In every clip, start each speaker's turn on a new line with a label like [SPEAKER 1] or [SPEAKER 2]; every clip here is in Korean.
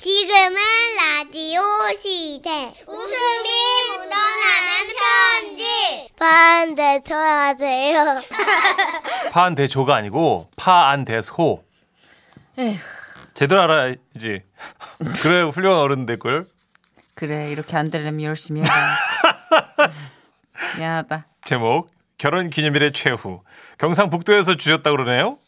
[SPEAKER 1] 지금은 라디오 시대. 웃음이 묻어나는 편지. 반대초 하세요.
[SPEAKER 2] 파안대조가 아니고 파안대소.
[SPEAKER 3] 에휴.
[SPEAKER 2] 제대로 알아야지. 그래 훌륭한 어른 될걸.
[SPEAKER 3] 그래 이렇게 안 되려면 열심히 해라. 미안하다.
[SPEAKER 2] 제목 결혼 기념일의 최후. 경상북도에서 주셨다 그러네요.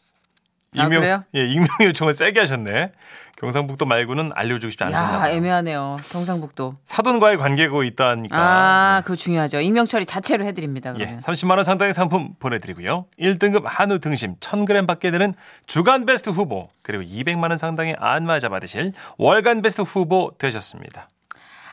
[SPEAKER 3] 아, 그래요?
[SPEAKER 2] 예, 익명 요청을 세게 하셨네. 경상북도 말고는 알려주고 싶지 않습니다.
[SPEAKER 3] 야 애매하네요. 경상북도.
[SPEAKER 2] 사돈과의 관계고 있다니까.
[SPEAKER 3] 아 그거 중요하죠. 익명 처리 자체로 해드립니다.
[SPEAKER 2] 그러니까. 예,
[SPEAKER 3] 그러면.
[SPEAKER 2] 30만 원 상당의 상품 보내드리고요. 1등급 한우 등심 1,000g 받게 되는 주간 베스트 후보 그리고 200만 원 상당의 안마자 받으실 월간 베스트 후보 되셨습니다.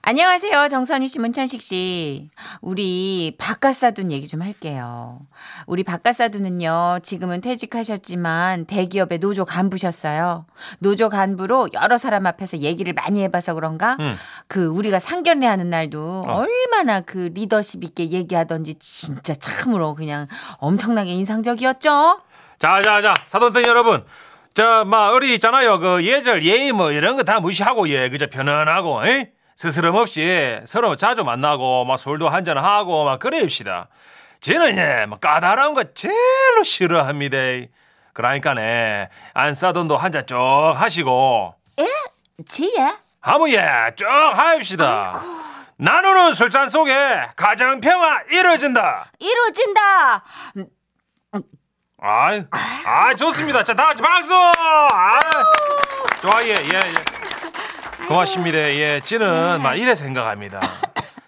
[SPEAKER 3] 안녕하세요. 정선희 씨, 문천식 씨. 우리 바깥사둔 얘기 좀 할게요. 우리 바깥사둔은요, 지금은 퇴직하셨지만 대기업의 노조 간부셨어요. 노조 간부로 여러 사람 앞에서 얘기를 많이 해봐서 그런가?
[SPEAKER 2] 음.
[SPEAKER 3] 그 우리가 상견례하는 날도
[SPEAKER 2] 어.
[SPEAKER 3] 얼마나 그 리더십 있게 얘기하던지 진짜 참으로 그냥 엄청나게 인상적이었죠?
[SPEAKER 2] 자자자 사돈들 여러분 저막 어리 있잖아요 그 예절 예의 뭐 이런 거 다 무시하고 예 그저 편안하고 에? 스스럼 없이 서로 자주 만나고 막 술도 한잔 하고 막 그래입시다 저는 예막 뭐 까다로운 거 제일로 싫어합니다 그러니까네 안 싸돈도 한잔 쭉 하시고
[SPEAKER 3] 지혜?
[SPEAKER 2] 아무 예쭉 하입시다 나누는 술잔 속에 가정 평화 이루어진다.
[SPEAKER 3] 이루어진다!
[SPEAKER 2] 아이, 아, 좋습니다. 자, 다 같이 박수! 아, 좋아, 예, 예, 예. 고맙습니다. 예, 찌는 막 이래 생각합니다.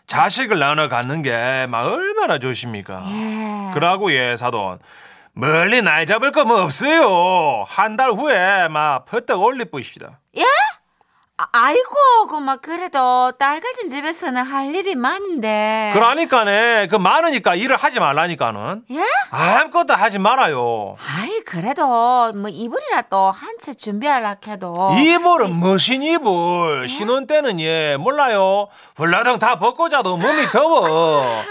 [SPEAKER 2] 자식을 나눠 갖는 게 막 얼마나 좋습니까?
[SPEAKER 3] 예.
[SPEAKER 2] 그러고, 예, 사돈. 멀리 날 잡을 거 뭐 없어요. 한 달 후에 막 퍼뜩 올리 뿌십시다.
[SPEAKER 3] 아, 아이고, 그마 그래도 딸 가진 집에서는 할 일이 많은데.
[SPEAKER 2] 그러니까네, 그 많으니까 일을 하지 말라니까는.
[SPEAKER 3] 예?
[SPEAKER 2] 아무것도 하지 말아요.
[SPEAKER 3] 아이 그래도 뭐 이불이라도 한 채 준비하려 해도.
[SPEAKER 2] 이불은 무슨 이불? 신혼 때는 예 몰라요. 훌라덩 다 벗고 자도 몸이 더워.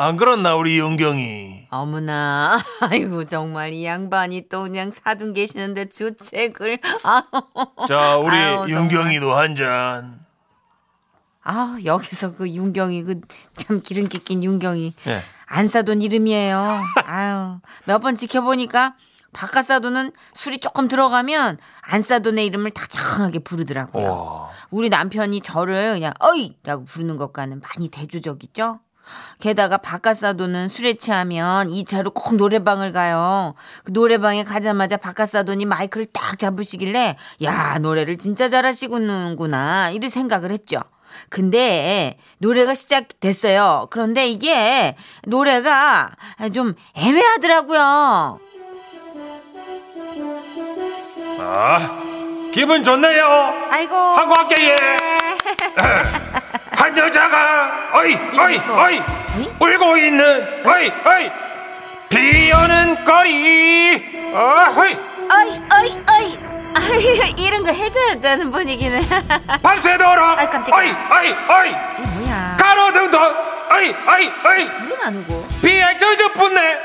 [SPEAKER 2] 안 그렇나 우리 윤경이?
[SPEAKER 3] 어머나, 아이고 정말 이 양반이 또 그냥 사둔 계시는데 주책을.
[SPEAKER 2] 자 우리
[SPEAKER 3] 아우, 정말.
[SPEAKER 2] 윤경이도 한 잔.
[SPEAKER 3] 아 여기서 그 윤경이 그 참 기름기 낀 윤경이
[SPEAKER 2] 예.
[SPEAKER 3] 안 사둔 이름이에요. 아유 몇 번 지켜보니까 바깥 사둔은 술이 조금 들어가면 안 사둔의 이름을 다정하게 부르더라고요.
[SPEAKER 2] 와.
[SPEAKER 3] 우리 남편이 저를 그냥 어이라고 부르는 것과는 많이 대조적이죠. 게다가 바깥 사돈은 술에 취하면 이 차로 꼭 노래방을 가요. 그 노래방에 가자마자 바깥 사돈이 마이크를 딱 잡으시길래 야 노래를 진짜 잘하시는구나 이런 생각을 했죠. 근데 노래가 시작됐어요. 그런데 이게 노래가 좀 애매하더라고요.
[SPEAKER 2] 아 기분 좋네요.
[SPEAKER 3] 아이고
[SPEAKER 2] 하고 할게 예. 한 여자가 어이 어이
[SPEAKER 3] 이거.
[SPEAKER 2] 어이
[SPEAKER 3] 어이?
[SPEAKER 2] 울고 있는 어이 어이 비오는 거리 어이
[SPEAKER 3] 어이 어이 어이 아이, 이런 거 해줘야 되는 분위기네.
[SPEAKER 2] 밤새도록
[SPEAKER 3] 아이, 깜짝이야.
[SPEAKER 2] 어이 어이 어이
[SPEAKER 3] 이 뭐야?
[SPEAKER 2] 가로등도 어이 어이 어이
[SPEAKER 3] 물은 안 오고.
[SPEAKER 2] 비에 젖어붙네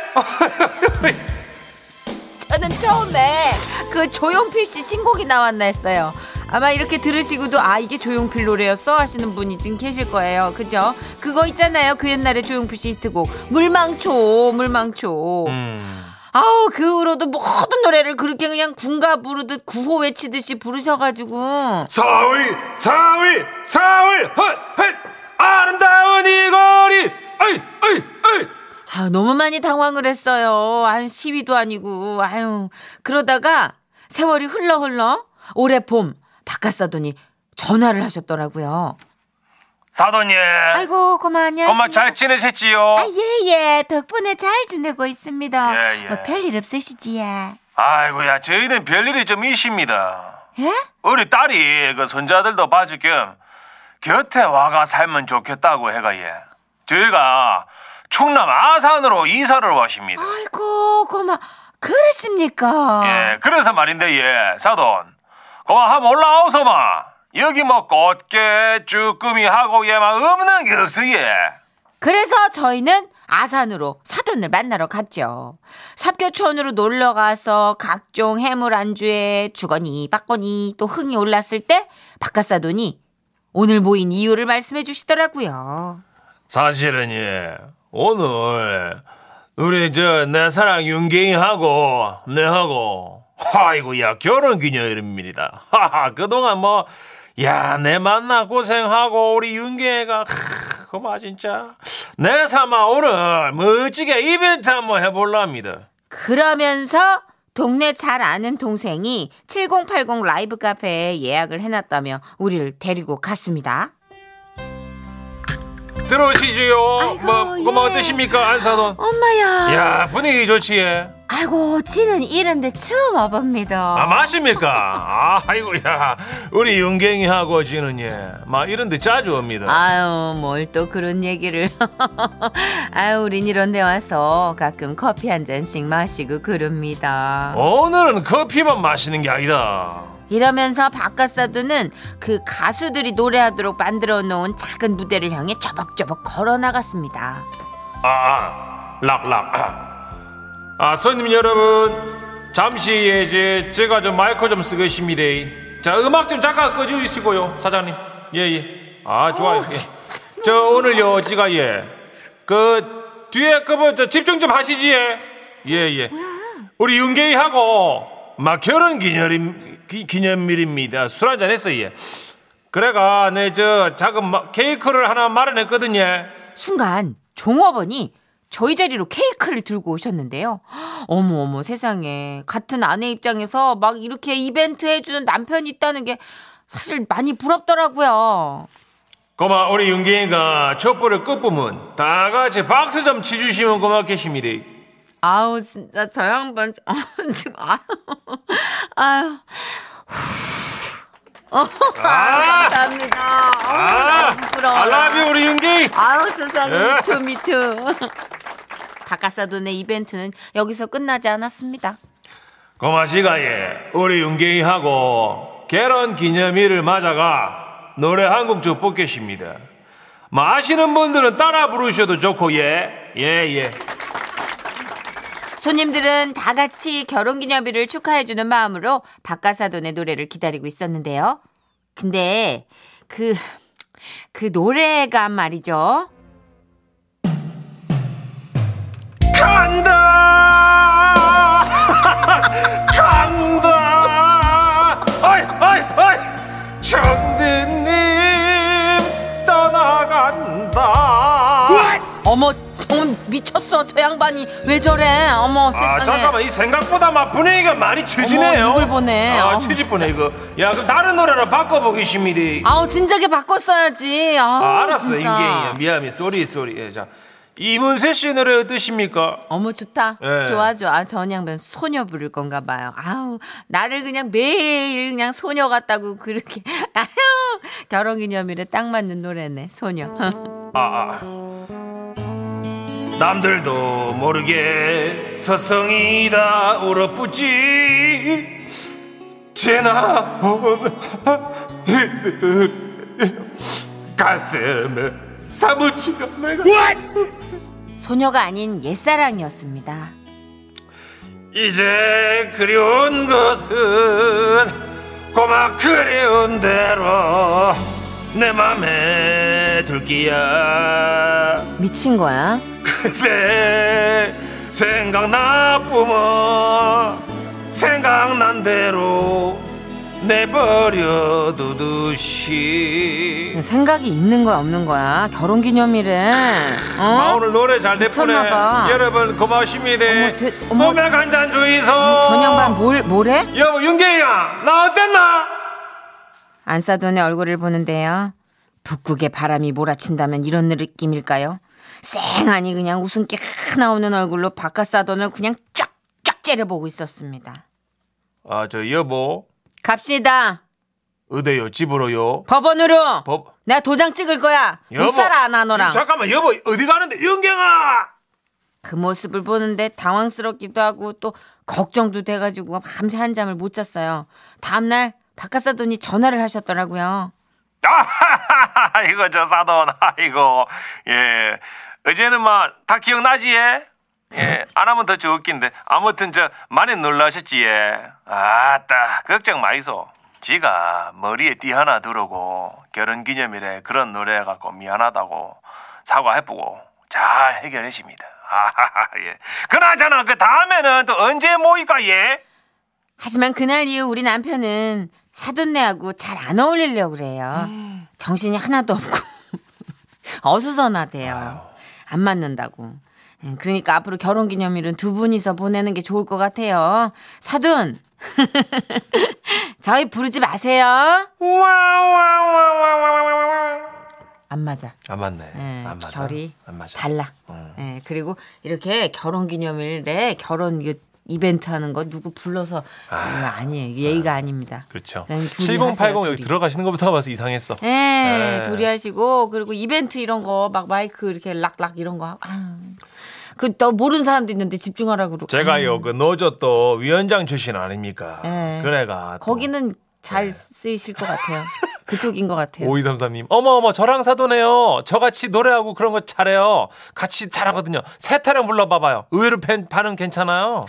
[SPEAKER 3] 저는 처음에 그 조용필 씨 신곡이 나왔나 했어요. 아마 이렇게 들으시고도 아 이게 조용필 노래였어 하시는 분이 지금 계실 거예요. 그죠? 그거 있잖아요. 그 옛날에 조용필 씨 히트곡 물망초 물망초.
[SPEAKER 2] 음.
[SPEAKER 3] 아우 그 후로도 모든 노래를 그렇게 그냥 군가 부르듯 구호 외치듯이 부르셔가지고
[SPEAKER 2] 서울 서울 서울 헛헛 아름다운 이 거리 어이 어이 어이
[SPEAKER 3] 아, 너무 많이 당황을 했어요. 아유, 시위도 아니고, 아유. 그러다가 세월이 흘러 흘러 올해 봄 바깥 사돈이 전화를 하셨더라고요.
[SPEAKER 2] 사돈님
[SPEAKER 3] 아이고, 고마 안녕하십니까.
[SPEAKER 2] 엄마 잘 지내셨지요?
[SPEAKER 3] 아, 예, 예. 덕분에 잘 지내고 있습니다.
[SPEAKER 2] 예, 예.
[SPEAKER 3] 뭐 별일 예? 없으시지야.
[SPEAKER 2] 아이고야 저희는 별일이 좀 있습니다
[SPEAKER 3] 예?
[SPEAKER 2] 우리 딸이 그 손자들도 봐줄 겸 곁에 와가 살면 좋겠다고 해가 예 저희가 충남 아산으로 이사를 왔습니다
[SPEAKER 3] 아이고, 고마. 그러십니까?
[SPEAKER 2] 예, 그래서 말인데 예, 사돈. 고마 한번 올라오소 마. 여기 뭐 꽃게 쭈꾸미 하고 얘만 없는 게 없어 예.
[SPEAKER 3] 그래서 저희는 아산으로 사돈을 만나러 갔죠. 삽교촌으로 놀러 가서 각종 해물 안주에 주거니 받거니 또 흥이 올랐을 때 바깥사돈이 오늘 모인 이유를 말씀해 주시더라고요.
[SPEAKER 4] 사실은 예 오늘 우리 저 내 사랑 윤경이하고 내하고 아이고야 결혼 기념일입니다. 하하 그동안 뭐 야 내 만나 고생하고 우리 윤경이가 크, 그마 진짜 내 삼아 오늘 멋지게 이벤트 한번 해볼랍니다.
[SPEAKER 3] 그러면서 동네 잘 아는 동생이 7080 라이브 카페에 예약을 해놨다며 우리를 데리고 갔습니다.
[SPEAKER 4] 들어오시지요.
[SPEAKER 3] 아이고,
[SPEAKER 4] 뭐, 그뭐
[SPEAKER 3] 예.
[SPEAKER 4] 어떠십니까 안사돈?
[SPEAKER 3] 엄마야.
[SPEAKER 4] 야 분위기 좋지. 예.
[SPEAKER 3] 아이고, 지는 이런데 처음 와봅니다.
[SPEAKER 4] 아 맞습니까? 아이고야 우리 윤경이하고 지는 예막 이런데 자주 옵니다.
[SPEAKER 3] 아유, 뭘 또 그런 얘기를. 아유, 우린 이런데 와서 가끔 커피 한 잔씩 마시고 그럽니다.
[SPEAKER 4] 어? 오늘은 커피만 마시는 게 아니다.
[SPEAKER 3] 이러면서 바깥사도는 그 가수들이 노래하도록 만들어 놓은 작은 무대를 향해 저벅저벅 걸어 나갔습니다.
[SPEAKER 4] 아, 아 락락. 아. 아 손님 여러분 잠시 예, 이제 제가 좀 마이크 좀 쓰겠습니다. 자 음악 좀 잠깐 꺼주시고요 사장님. 예 예. 아 좋아요. 예. 저 오늘요 지가 예. 예그 뒤에 그분 뭐 저 집중 좀 하시지 예. 예 예. 우리 윤계희하고 막 결혼 기념일 기- 기념일입니다. 술 한잔 했어요. 예. 그래가 내 저 작은 마- 케이크를 하나 마련했거든요.
[SPEAKER 3] 순간 종업원이 저희 자리로 케이크를 들고 오셨는데요. 어머 어머 세상에 같은 아내 입장에서 막 이렇게 이벤트 해주는 남편이 있다는 게 사실 많이 부럽더라고요.
[SPEAKER 4] 고마 우리 윤기인가 촛불을 끄뿜은 다 같이 박수 좀 치주시면 고맙겠습니다.
[SPEAKER 3] 아우 진짜 저 양반 아, 지금 아, 아유 어,
[SPEAKER 4] 아,
[SPEAKER 3] 감사합니다.
[SPEAKER 4] 아,
[SPEAKER 3] 아우, 너무 부러워.
[SPEAKER 4] 알라뷰 우리 윤기.
[SPEAKER 3] 아우 세상에
[SPEAKER 4] 예.
[SPEAKER 3] 미투 미투. 바깥사돈의 이벤트는 여기서 끝나지 않았습니다.
[SPEAKER 4] 고마 시가예. 우리 윤기하고 결혼 기념일을 맞아가 노래 한 곡 좀 뽑겠습니다. 뭐 아시는 분들은 따라 부르셔도 좋고 예, 예, 예.
[SPEAKER 3] 손님들은 다 같이 결혼기념일을 축하해주는 마음으로 박가사돈의 노래를 기다리고 있었는데요. 근데 그, 그 노래가 말이죠.
[SPEAKER 4] 간다. 간다. 아, 어이, 어이, 어이. 정대님 떠나간다.
[SPEAKER 3] 어머, 정 미쳤어. 저 양반이 왜 저래? 어머, 세상에.
[SPEAKER 4] 아 잠깐만 이 생각보다 막 분위기가 많이
[SPEAKER 3] 어머,
[SPEAKER 4] 치지네요.
[SPEAKER 3] 누굴 보네.
[SPEAKER 4] 아
[SPEAKER 3] 아우,
[SPEAKER 4] 치지보네 이거. 야 그럼 다른 노래로 바꿔보겠습니다.
[SPEAKER 3] 아우, 진작에 바꿨어야지. 아우,
[SPEAKER 4] 아, 알았어
[SPEAKER 3] 진짜.
[SPEAKER 4] 인게이야 미안해 쏘리 쏘리. 예, 자 이문세 씨 노래 어떠십니까?
[SPEAKER 3] 어머 좋다
[SPEAKER 4] 예.
[SPEAKER 3] 좋아 좋아 저 양반 소녀 부를 건가 봐요 아우 나를 그냥 매일 그냥 소녀 같다고 그렇게 아유 결혼기념일에 딱 맞는 노래네 소녀 어.
[SPEAKER 4] 아, 아. 남들도 모르게 서성이다 울어붙지 제나 어, 가슴에 사무치가 내가
[SPEAKER 3] 소녀가 아닌 옛사랑이었습니다
[SPEAKER 4] 이제 그리운 것은 고마 그리운 대로 내 맘에 둘기야
[SPEAKER 3] 미친 거야
[SPEAKER 4] 그대 생각나쁘면 생각난 대로 내버려 두듯이
[SPEAKER 3] 생각이 있는 거야 없는 거야 결혼기념일에
[SPEAKER 4] 아,
[SPEAKER 3] 어?
[SPEAKER 4] 오늘 노래 잘
[SPEAKER 3] 미쳤나 봐.
[SPEAKER 4] 내보내 여러분 고맙습니다
[SPEAKER 3] 어머, 제- 어머.
[SPEAKER 4] 소맥 한 잔 주이소
[SPEAKER 3] 전 양반 뭘, 뭐래?
[SPEAKER 4] 여보 윤계야 나 어땠나
[SPEAKER 3] 안사돈의 얼굴을 보는데요. 북극의 바람이 몰아친다면 이런 느낌일까요? 쌩하니 그냥 웃음기 나오는 얼굴로 바깥사돈을 그냥 쫙쫙 째려보고 있었습니다.
[SPEAKER 4] 아 저 여보
[SPEAKER 3] 갑시다.
[SPEAKER 4] 어디요 집으로요
[SPEAKER 3] 법원으로.
[SPEAKER 4] 법
[SPEAKER 3] 내가 도장 찍을 거야.
[SPEAKER 4] 여보
[SPEAKER 3] 못 살아 안 하노랑.
[SPEAKER 4] 잠깐만 여보 어디 가는데 윤경아
[SPEAKER 3] 그 모습을 보는데 당황스럽기도 하고 또 걱정도 돼가지고 밤새 한 잠을 못 잤어요. 다음날 바깥사돈이 전화를 하셨더라고요.
[SPEAKER 4] 아이고 저 사돈 아이고 예 어제는 막 다 기억나지? 예? 예, 안 하면 더 좋긴데 아무튼 저 많이 놀라셨지? 예? 아따 걱정 마이소. 지가 머리에 띠 하나 두르고 결혼 기념일에 그런 노래 갖고 미안하다고 사과해보고 잘 해결했습니다. 아하하 예. 그나저나 그 다음에는 또 언제 모일까 예?
[SPEAKER 3] 하지만 그날 이후 우리 남편은 사돈네하고 잘 안 어울리려고 그래요. 정신이 하나도 없고 어수선하대요. 안 맞는다고. 음, 그러니까 앞으로 결혼 기념일은 두 분이서 보내는 게 좋을 것 같아요. 사돈, 저희 부르지 마세요.
[SPEAKER 4] 와와와와와와와안
[SPEAKER 3] 안 맞아.
[SPEAKER 4] 맞네.
[SPEAKER 3] 예,
[SPEAKER 4] 안 맞아.
[SPEAKER 3] 결이
[SPEAKER 4] 안 맞아.
[SPEAKER 3] 달라.
[SPEAKER 4] 음.
[SPEAKER 3] 예, 그리고 이렇게 결혼 기념일에 결혼 이게 이벤트 하는 거 누구 불러서 이거 아니에요. 이게 예의가 아닙니다.
[SPEAKER 4] 그렇죠.
[SPEAKER 3] 네, 둘이
[SPEAKER 4] 7080
[SPEAKER 3] 하세요,
[SPEAKER 4] 여기
[SPEAKER 3] 둘이.
[SPEAKER 4] 들어가시는 것부터 봐서 이상했어.
[SPEAKER 3] 예,
[SPEAKER 4] 네.
[SPEAKER 3] 둘이 하시고 그리고 이벤트 이런 거 막 마이크 이렇게 락락 이런 거 하고 아. 그또 모르는 사람도 있는데 집중하라 그러고
[SPEAKER 4] 제가
[SPEAKER 3] 아유,
[SPEAKER 4] 요그 노조 또 위원장 출신 아닙니까?
[SPEAKER 3] 예.
[SPEAKER 4] 그래가 또
[SPEAKER 3] 거기는
[SPEAKER 4] 네.
[SPEAKER 3] 잘 쓰이실 것 같아요. 그쪽인 것 같아요.
[SPEAKER 4] 5233님 어머 어머 저랑 사돈해요. 저같이 노래하고 그런 거 잘해요. 같이 잘하거든요. 세 타령 불러봐봐요. 의외로 팬 반응 괜찮아요.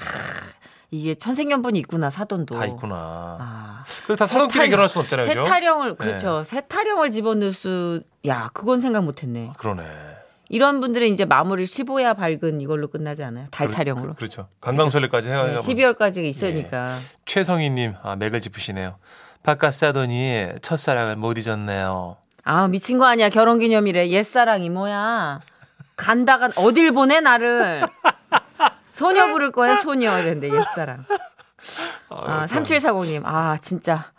[SPEAKER 3] 이게 천생연분이 있구나 사돈도.
[SPEAKER 4] 다 있구나.
[SPEAKER 3] 아.
[SPEAKER 4] 그래서 다 사돈끼리
[SPEAKER 3] 세타령-
[SPEAKER 4] 결혼할 순 없잖아요. 그죠? 네.
[SPEAKER 3] 세타령을 그렇죠. 세타령을 집어넣을 수. 야, 그건 생각 못했네.
[SPEAKER 4] 그러네.
[SPEAKER 3] 이런 분들은 이제 마무리 15야 밝은 이걸로 끝나지 않아요? 달타령으로.
[SPEAKER 4] 그렇죠. 관광설레까지
[SPEAKER 3] 네,
[SPEAKER 4] 해가지고 예.
[SPEAKER 3] 12월까지가 있으니까.
[SPEAKER 4] 최성희님 아 맥을 짚으시네요. 바깥 사돈이 첫사랑을 못 잊었네요.
[SPEAKER 3] 아 미친 거 아니야 결혼기념일에 옛사랑이 뭐야? 간다간 어딜 보내 나를? 소녀 부를 거야 소녀 이랬는데 옛사랑. 아, 3740님 아 진짜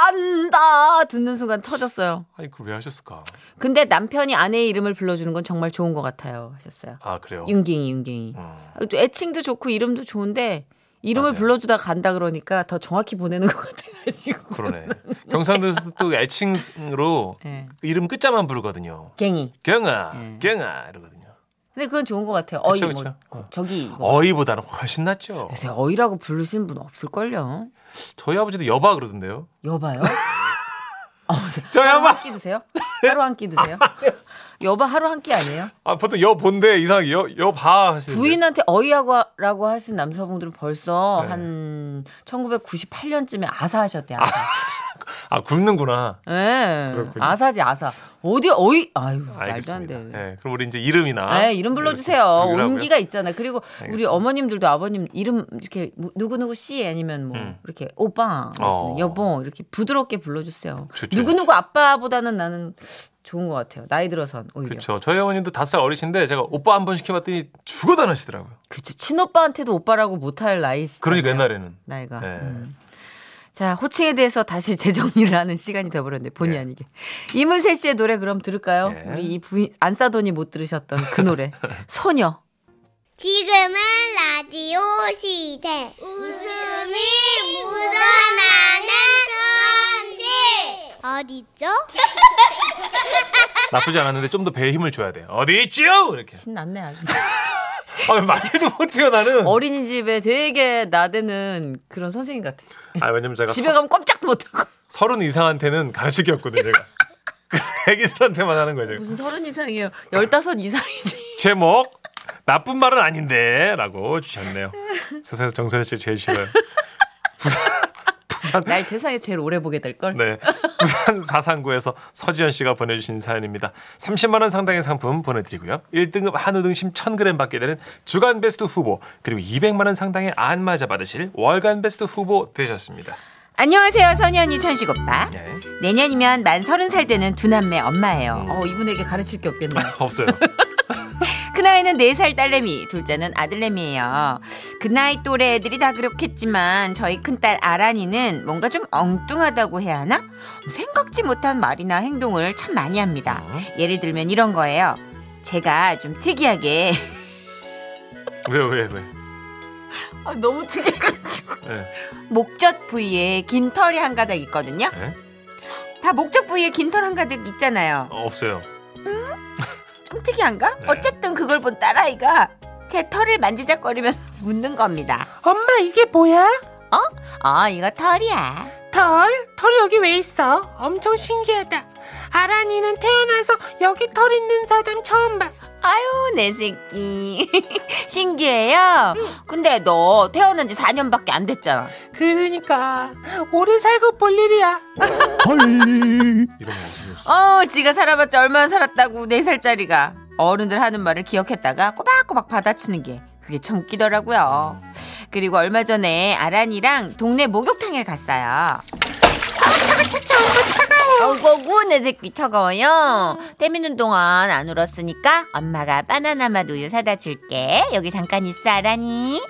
[SPEAKER 3] 간다 듣는 순간 터졌어요.
[SPEAKER 4] 아니 그걸 왜 하셨을까?
[SPEAKER 3] 근데 남편이 아내의 이름을 불러주는 건 정말 좋은 것 같아요 하셨어요.
[SPEAKER 4] 아 그래요.
[SPEAKER 3] 윤갱이 윤갱이.
[SPEAKER 4] 음.
[SPEAKER 3] 또 애칭도 좋고 이름도 좋은데 이름을
[SPEAKER 4] 맞아요.
[SPEAKER 3] 불러주다 간다 그러니까 더 정확히 보내는 것 같아가지고.
[SPEAKER 4] 그러네. 경상도에서 또 애칭으로
[SPEAKER 3] 네.
[SPEAKER 4] 그 이름 끝자만 부르거든요.
[SPEAKER 3] 갱이.
[SPEAKER 4] 경아,
[SPEAKER 3] 네.
[SPEAKER 4] 경아 이러거든요.
[SPEAKER 3] 근데 그건 좋은 것 같아요. 어이
[SPEAKER 4] 그쵸,
[SPEAKER 3] 뭐
[SPEAKER 4] 그쵸. 어.
[SPEAKER 3] 저기 이거.
[SPEAKER 4] 어이보다는 훨씬 낫죠.
[SPEAKER 3] 요새 어이라고 부르시는 분 없을걸요.
[SPEAKER 4] 저희 아버지도 여바 그러던데요.
[SPEAKER 3] 여봐요. 어, 저-
[SPEAKER 4] 저
[SPEAKER 3] 하루
[SPEAKER 4] 여봐.
[SPEAKER 3] 한 끼 드세요? 하루 한 끼 드세요? 여봐 하루 한 끼 아니에요?
[SPEAKER 4] 아 보통 여본데 이상하게 여 여바 하시는데.
[SPEAKER 3] 부인한테 어이라고 하신 남성분들은 벌써
[SPEAKER 4] 네.
[SPEAKER 3] 한 1998년쯤에 아사하셨대요. 아사.
[SPEAKER 4] 아 굶는구나.
[SPEAKER 3] 예.
[SPEAKER 4] 그렇군요.
[SPEAKER 3] 아사지 아사. 어디 어이? 아유 말도 안
[SPEAKER 4] 알겠습니다.
[SPEAKER 3] 돼.
[SPEAKER 4] 예, 그럼 우리 이제 이름이나.
[SPEAKER 3] 네, 이름 불러주세요.
[SPEAKER 4] 이렇게 부르라고요?
[SPEAKER 3] 온기가 있잖아요. 그리고 우리
[SPEAKER 4] 알겠습니다.
[SPEAKER 3] 어머님들도 아버님 이름 이렇게 뭐 누구누구 씨 아니면 뭐
[SPEAKER 4] 음.
[SPEAKER 3] 이렇게 오빠,
[SPEAKER 4] 어.
[SPEAKER 3] 여보 이렇게 부드럽게 불러주세요.
[SPEAKER 4] 좋죠.
[SPEAKER 3] 누구누구 아빠보다는 나는 좋은 것 같아요. 나이 들어선 오히려.
[SPEAKER 4] 그렇죠. 저희 어머님도 다섯 살 어리신데 제가 오빠 한 번 시켜봤더니 죽어다니시더라고요.
[SPEAKER 3] 그렇죠. 친오빠한테도 오빠라고 못할 나이.
[SPEAKER 4] 그러니까 옛날에는.
[SPEAKER 3] 나이가.
[SPEAKER 4] 예.
[SPEAKER 3] 음. 자 호칭에 대해서 다시 재정리를 하는 시간이 돼버렸는데 본의
[SPEAKER 4] 예.
[SPEAKER 3] 아니게 이문세 씨의 노래 그럼 들을까요?
[SPEAKER 4] 예.
[SPEAKER 3] 우리 이 부인 안싸돈이 못 들으셨던 그 노래 소녀.
[SPEAKER 1] 지금은 라디오 시대. 웃음이 묻어나는 편지. 어디죠?
[SPEAKER 4] 나쁘지 않았는데 좀 더 배에 힘을 줘야 돼. 어디 있지요? 이렇게.
[SPEAKER 3] 신났네 아주.
[SPEAKER 4] 아, 왜 말도 못해요 나는.
[SPEAKER 3] 어린이집에 되게 나대는 그런 선생님 같아.
[SPEAKER 4] 아 왜냐면 제가
[SPEAKER 3] 집에 가면 꼼짝도 못하고.
[SPEAKER 4] 서른 이상한테는 가르치기였거든요. 제가 애기들한테만 하는 거예요. 제가.
[SPEAKER 3] 무슨 서른 이상이에요. 열다섯 이상이지.
[SPEAKER 4] 제목 나쁜 말은 아닌데라고 주셨네요. 세상에서 정선혜 씨 제일 싫어요. 부산 부산
[SPEAKER 3] 날 세상에 제일 오래 보게 될 걸.
[SPEAKER 4] 네 부산 사상구에서 서지현 씨가 보내주신 사연입니다. 30만 원 상당의 상품 보내드리고요. 1등급 한우 등심 1,000g 받게 되는 주간 베스트 후보 그리고 200만 원 상당의 안마자 받으실 월간 베스트 후보 되셨습니다.
[SPEAKER 3] 안녕하세요, 선현이 천식 오빠.
[SPEAKER 4] 네.
[SPEAKER 3] 내년이면 만 서른 살 되는 두 남매 엄마예요. 어 이분에게 가르칠 게 없겠네요.
[SPEAKER 4] 없어요.
[SPEAKER 3] 큰아이는 네 살 딸내미, 둘째는 아들내미예요. 그 나이 또래 애들이 다 그렇겠지만 저희 큰딸 아란이는 뭔가 좀 엉뚱하다고 해야 하나? 생각지 못한 말이나 행동을 참 많이 합니다. 예를 들면 이런 거예요. 제가 좀 특이하게
[SPEAKER 4] 왜 왜 왜?
[SPEAKER 3] 아, 너무 특이해가지고
[SPEAKER 4] 네.
[SPEAKER 3] 목젖 부위에 긴 털이 한 가닥 있거든요.
[SPEAKER 4] 네?
[SPEAKER 3] 다 목젖 부위에 긴 털 한 가닥 있잖아요.
[SPEAKER 4] 어, 없어요.
[SPEAKER 3] 좀 특이한가?
[SPEAKER 4] 네.
[SPEAKER 3] 어쨌든 그걸 본 딸아이가 제 털을 만지작거리면서 묻는 겁니다.
[SPEAKER 5] 엄마 이게 뭐야?
[SPEAKER 3] 어, 이거 털이야.
[SPEAKER 5] 털? 털이 여기 왜 있어? 엄청 신기하다. 아란이는 태어나서 여기 털 있는 사람 처음 봐.
[SPEAKER 3] 아유, 내 새끼. 신기해요? 근데 너 태어난 지 4년밖에 안 됐잖아.
[SPEAKER 5] 그러니까 오래 살고 볼 일이야.
[SPEAKER 4] 이런 거.
[SPEAKER 3] 어, 지가 살아봤자 얼마나 살았다고, 4살짜리가. 어른들 하는 말을 기억했다가 꼬박꼬박 받아치는 게 그게 참 웃기더라고요. 그리고 얼마 전에 아란이랑 동네 목욕탕에 갔어요. 차가 차차 엄마 차가워. 어구어구 내 새끼 차가워요. 때미는 동안 안 울었으니까 엄마가 바나나 맛 우유 사다 줄게. 여기 잠깐 있어 아란이.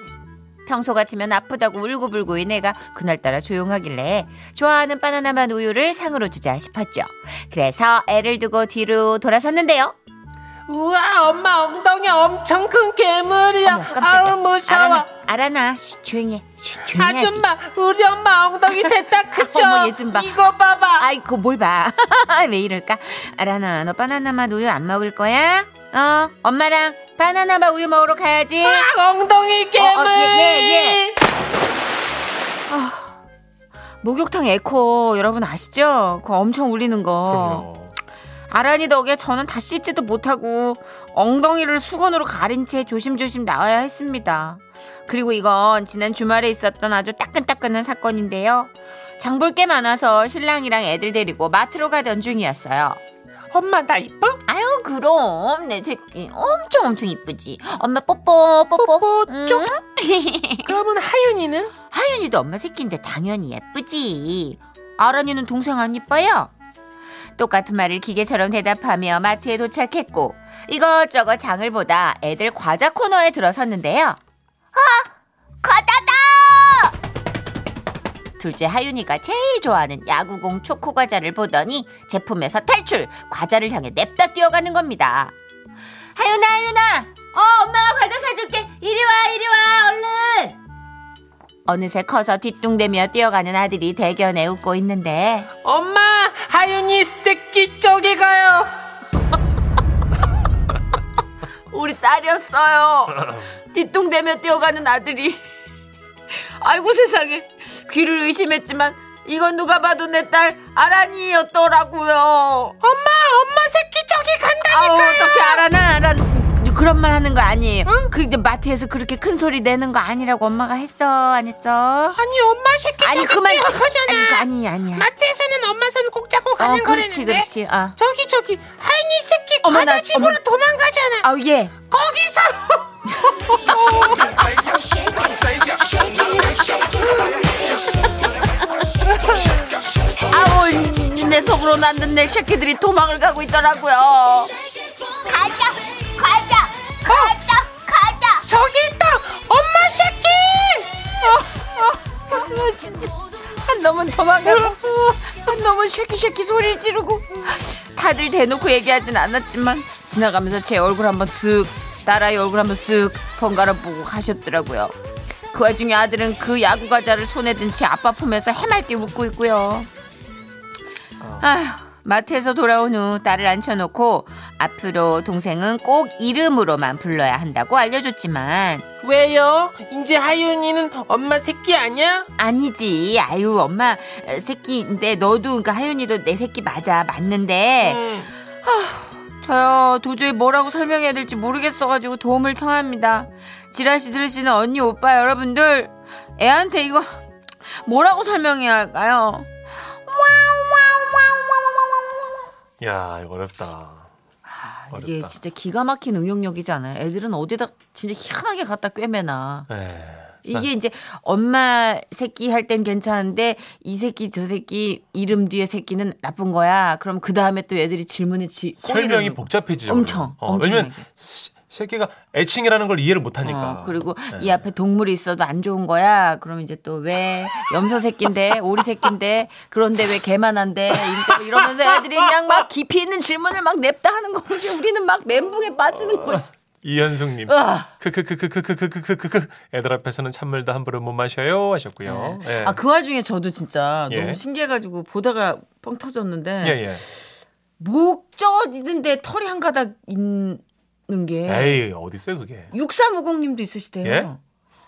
[SPEAKER 3] 평소 같으면 아프다고 울고불고 이 내가 그날따라 조용하길래 좋아하는 바나나 맛 우유를 상으로 주자 싶었죠. 그래서 애를 두고 뒤로 돌아섰는데요.
[SPEAKER 5] 우와 엄마 엉덩이 엄청 큰 괴물이야.
[SPEAKER 3] 어머, 깜짝이야.
[SPEAKER 5] 아우 무서워.
[SPEAKER 3] 아라나, 아라나, 쉿, 조용해. 쉿, 조용해. 하지.
[SPEAKER 5] 아줌마 우리 엄마 엉덩이 됐다 크죠?
[SPEAKER 3] 어머, 얘좀 봐.
[SPEAKER 5] 이거 봐봐.
[SPEAKER 3] 아이고 뭘 봐. 왜 이럴까? 아라나, 너 바나나 맛 우유 안 먹을 거야? 어, 엄마랑 바나나 맛 우유 먹으러 가야지.
[SPEAKER 5] 아, 엉덩이 괴물.
[SPEAKER 3] 예, 예, 목욕탕 에코 여러분 아시죠? 그거 엄청 울리는 거.
[SPEAKER 4] 그럼요.
[SPEAKER 3] 아란이 덕에 저는 다 씻지도 못하고 엉덩이를 수건으로 가린 채 조심조심 나와야 했습니다. 그리고 이건 지난 주말에 있었던 아주 따끈따끈한 사건인데요. 장 볼 게 많아서 신랑이랑 애들 데리고 마트로 가던 중이었어요.
[SPEAKER 5] 엄마 나 이뻐?
[SPEAKER 3] 아유 그럼 내 새끼 엄청 엄청 이쁘지. 엄마 뽀뽀 뽀뽀
[SPEAKER 5] 뽀뽀,
[SPEAKER 3] 음.
[SPEAKER 5] 쪽. 그러면 하윤이는?
[SPEAKER 3] 하윤이도 엄마 새끼인데 당연히 예쁘지. 아란이는 동생 안 이뻐요? 똑같은 말을 기계처럼 대답하며 마트에 도착했고 이것저것 장을 보다 애들 과자 코너에 들어섰는데요. 아, 과자다! 둘째 하윤이가 제일 좋아하는 야구공 초코 과자를 보더니 제품에서 탈출, 과자를 향해 냅다 뛰어가는 겁니다. 하윤아, 하윤아, 어 엄마가 과자 사줄게. 이리 와, 이리 와, 얼른. 어느새 커서 뒤뚱대며 뛰어가는 아들이 대견해 웃고 있는데
[SPEAKER 5] 엄마 하윤이 새끼 쪽에 가요.
[SPEAKER 3] 우리 딸이었어요. 뒤뚱대며 뛰어가는 아들이 아이고 세상에 귀를 의심했지만 이건 누가 봐도 내 딸 아란이였더라고요. 엄마 엄마 새끼 저기 간다니까. 아, 어떻게 아란아 아란 그런 말 하는 거 아니에요. 근데 마트에서 그렇게 큰 소리 내는 거 아니라고 엄마가 했어 안 했어?
[SPEAKER 5] 아니 엄마 새끼
[SPEAKER 3] 아니
[SPEAKER 5] 쪽에
[SPEAKER 3] 그만
[SPEAKER 5] 뛰어가잖아.
[SPEAKER 3] 아니 아니야.
[SPEAKER 5] 마트에서는 엄마 손 꼭 잡고
[SPEAKER 3] 어
[SPEAKER 5] 가는
[SPEAKER 3] 그렇지
[SPEAKER 5] 거라는데.
[SPEAKER 3] 그렇지 아.
[SPEAKER 5] 저기 저기 하윤이 새끼
[SPEAKER 3] 어머나,
[SPEAKER 5] 과자 집으로
[SPEAKER 3] 어머.
[SPEAKER 5] 도망가잖아.
[SPEAKER 3] 아우 예.
[SPEAKER 5] 거기서
[SPEAKER 3] 아우 내 속으로 낳는 내 새끼들이 도망을 가고 있더라고요.
[SPEAKER 1] 가자, 가자, 가자, 가자.
[SPEAKER 5] 저기 있다 엄마 새끼.
[SPEAKER 3] 어, 한 놈은 도망가고 한 놈은 쉐키쉐키 소리를 지르고 다들 대놓고 얘기하진 않았지만 지나가면서 제 얼굴 한번 쓱 딸아이 얼굴 한번 쓱 번갈아 보고 가셨더라고요. 그 와중에 아들은 그 야구 과자를 손에 든 채 아빠 품에서 해맑게 웃고 있고요. 아휴, 마트에서 돌아온 후 딸을 앉혀놓고 앞으로 동생은 꼭 이름으로만 불러야 한다고 알려줬지만
[SPEAKER 5] 왜요? 이제 하윤이는 엄마 새끼 아니야?
[SPEAKER 3] 아니지. 아유, 엄마 어, 새끼인데 너도 그러니까 하윤이도 내 새끼 맞아. 맞는데
[SPEAKER 5] 음.
[SPEAKER 3] 저요 도저히 뭐라고 설명해야 될지 모르겠어가지고 도움을 청합니다. 지라시 들으시는 언니 오빠 여러분들 애한테 이거 뭐라고 설명해야 할까요?
[SPEAKER 4] 야 이거 어렵다.
[SPEAKER 3] 이게
[SPEAKER 4] 어렵다.
[SPEAKER 3] 진짜 기가 막힌 응용력이잖아요. 애들은 어디다 진짜 희한하게 갖다 꿰매나.
[SPEAKER 4] 예.
[SPEAKER 3] 이게 이제 엄마 새끼 할 땐 괜찮은데 이 새끼 저 새끼 이름 뒤에 새끼는 나쁜 거야. 그럼 그 다음에 또 애들이 질문에 지,
[SPEAKER 4] 설명이
[SPEAKER 3] 꼬리를 놓고.
[SPEAKER 4] 복잡해지죠.
[SPEAKER 3] 엄청,
[SPEAKER 4] 그러면. 어, 왜냐면
[SPEAKER 3] 엄청나게.
[SPEAKER 4] 시- 새끼가 애칭이라는 걸 이해를 못하니까.
[SPEAKER 3] 어, 그리고
[SPEAKER 4] 예.
[SPEAKER 3] 이 앞에 동물이 있어도 안 좋은 거야. 그럼 이제 또 왜 염소 새끼인데 오리 새끼인데 그런데 왜 개만 한데 그러니까 이러면서 애들이 그냥 막 깊이 있는 질문을 막 냅다 하는 거지. 우리는 막 멘붕에
[SPEAKER 4] 어,
[SPEAKER 3] 빠지는 거지.
[SPEAKER 4] 이현숙님.
[SPEAKER 3] 으아.
[SPEAKER 4] 크크크크크크크크크크크. 애들 앞에서는 찬물도 함부로 못 마셔요 하셨고요. 예.
[SPEAKER 3] 아 그 와중에 저도 진짜
[SPEAKER 4] 예.
[SPEAKER 3] 너무 신기해가지고 보다가 펑 터졌는데
[SPEAKER 4] 예, 예.
[SPEAKER 3] 목 쪄있는데 털이 한 가닥 있는 게 네.
[SPEAKER 4] 에이 어디 있어요 그게?
[SPEAKER 3] 6350님도 있으시대요.
[SPEAKER 4] 예?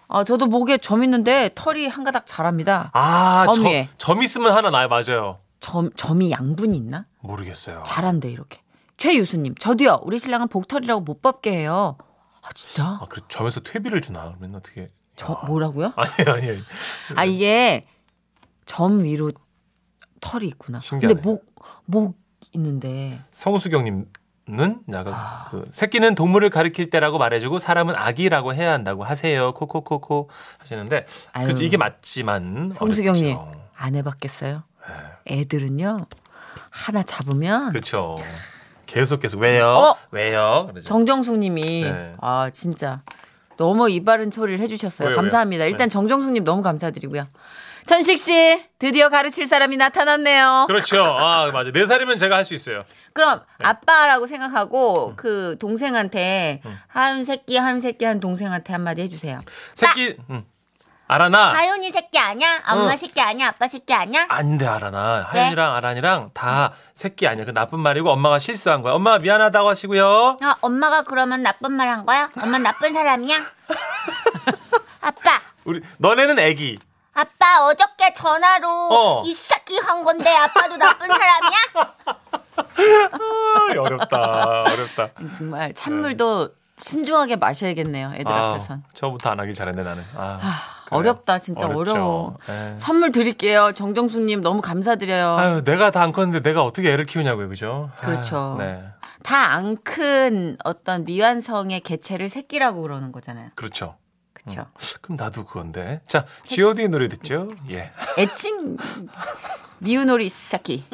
[SPEAKER 3] 아, 저도 목에 점 있는데 털이 한 가닥 자랍니다.
[SPEAKER 4] 아,
[SPEAKER 3] 점
[SPEAKER 4] 점,
[SPEAKER 3] 위에.
[SPEAKER 4] 점 있으면 하나 나요. 맞아요.
[SPEAKER 3] 점, 점이 양분이 있나?
[SPEAKER 4] 모르겠어요.
[SPEAKER 3] 잘한대, 이렇게. 최유수님, 저도요, 우리 신랑은 복털이라고 못 뽑게 해요. 아, 진짜?
[SPEAKER 4] 아, 그 점에서 퇴비를 주나? 그러면 어떻게?
[SPEAKER 3] 저, 뭐라고요?
[SPEAKER 4] 아니 아니.
[SPEAKER 3] 아, 이게 점 위로 털이 있구나.
[SPEAKER 4] 신기하네.
[SPEAKER 3] 근데 목, 목 있는데.
[SPEAKER 4] 아, 성수경님은 약간
[SPEAKER 3] 아.
[SPEAKER 4] 그 새끼는 동물을 가리킬 때라고 말해주고 사람은 아기라고 해야 한다고 하세요. 코코코코 하시는데
[SPEAKER 3] 아유.
[SPEAKER 4] 그치, 이게 맞지만
[SPEAKER 3] 성수경님,
[SPEAKER 4] 어렵죠.
[SPEAKER 3] 안 해봤겠어요?
[SPEAKER 4] 네.
[SPEAKER 3] 애들은요, 하나 잡으면.
[SPEAKER 4] 그렇죠. 계속 계속 왜요?
[SPEAKER 3] 어?
[SPEAKER 4] 왜요? 그러죠.
[SPEAKER 3] 정정숙님이
[SPEAKER 4] 네.
[SPEAKER 3] 아 진짜 너무 이 바른 소리를 해주셨어요.
[SPEAKER 4] 왜요,
[SPEAKER 3] 감사합니다.
[SPEAKER 4] 왜요?
[SPEAKER 3] 일단
[SPEAKER 4] 네.
[SPEAKER 3] 정정숙님 너무 감사드리고요. 천식 씨 드디어 가르칠 사람이 나타났네요.
[SPEAKER 4] 그렇죠. 아 맞아. 네 살이면 제가 할 수 있어요.
[SPEAKER 3] 그럼
[SPEAKER 4] 네.
[SPEAKER 3] 아빠라고 생각하고
[SPEAKER 4] 음.
[SPEAKER 3] 그 동생한테 한 새끼 한 새끼 한 동생한테 한마디 해주세요.
[SPEAKER 4] 새끼
[SPEAKER 3] 아.
[SPEAKER 4] 응. 아라나
[SPEAKER 1] 하윤이 새끼 아니야? 엄마
[SPEAKER 4] 응.
[SPEAKER 1] 새끼 아니야? 아빠 새끼 아니야?
[SPEAKER 4] 안돼 아라나
[SPEAKER 3] 네.
[SPEAKER 4] 하윤이랑 아란이랑
[SPEAKER 3] 음.
[SPEAKER 4] 다 새끼 아니야. 그 나쁜 말이고 엄마가 실수한 거야. 엄마 미안하다고 하시고요.
[SPEAKER 1] 어, 엄마가 그러면 나쁜 말 한 거야? 엄마 나쁜 사람이야? 아빠,
[SPEAKER 4] 우리 너네는 애기.
[SPEAKER 1] 아빠 어저께 전화로
[SPEAKER 4] 어.
[SPEAKER 1] 이 새끼 한 건데 아빠도 나쁜 사람이야?
[SPEAKER 4] 아, 어렵다 어렵다.
[SPEAKER 3] 정말 찬물도
[SPEAKER 4] 네.
[SPEAKER 3] 신중하게 마셔야겠네요. 애들 앞에선.
[SPEAKER 4] 아, 처음부터 안 하길 잘했네 나는. 아, 그래요.
[SPEAKER 3] 어렵다 진짜
[SPEAKER 4] 어렵죠.
[SPEAKER 3] 어려워.
[SPEAKER 4] 예.
[SPEAKER 3] 선물 드릴게요. 정정숙님 너무 감사드려요.
[SPEAKER 4] 아유 내가 다 안 컸는데 내가 어떻게 애를 키우냐고요, 그죠?
[SPEAKER 3] 그렇죠.
[SPEAKER 4] 아, 네,
[SPEAKER 3] 다 안 큰 어떤 미완성의 개체를 새끼라고 그러는 거잖아요.
[SPEAKER 4] 그렇죠.
[SPEAKER 3] 그렇죠.
[SPEAKER 4] 그럼 나도 그건데. 자, G.O.D 의 노래 듣죠? 예.
[SPEAKER 3] 애칭 미운 오리 새끼.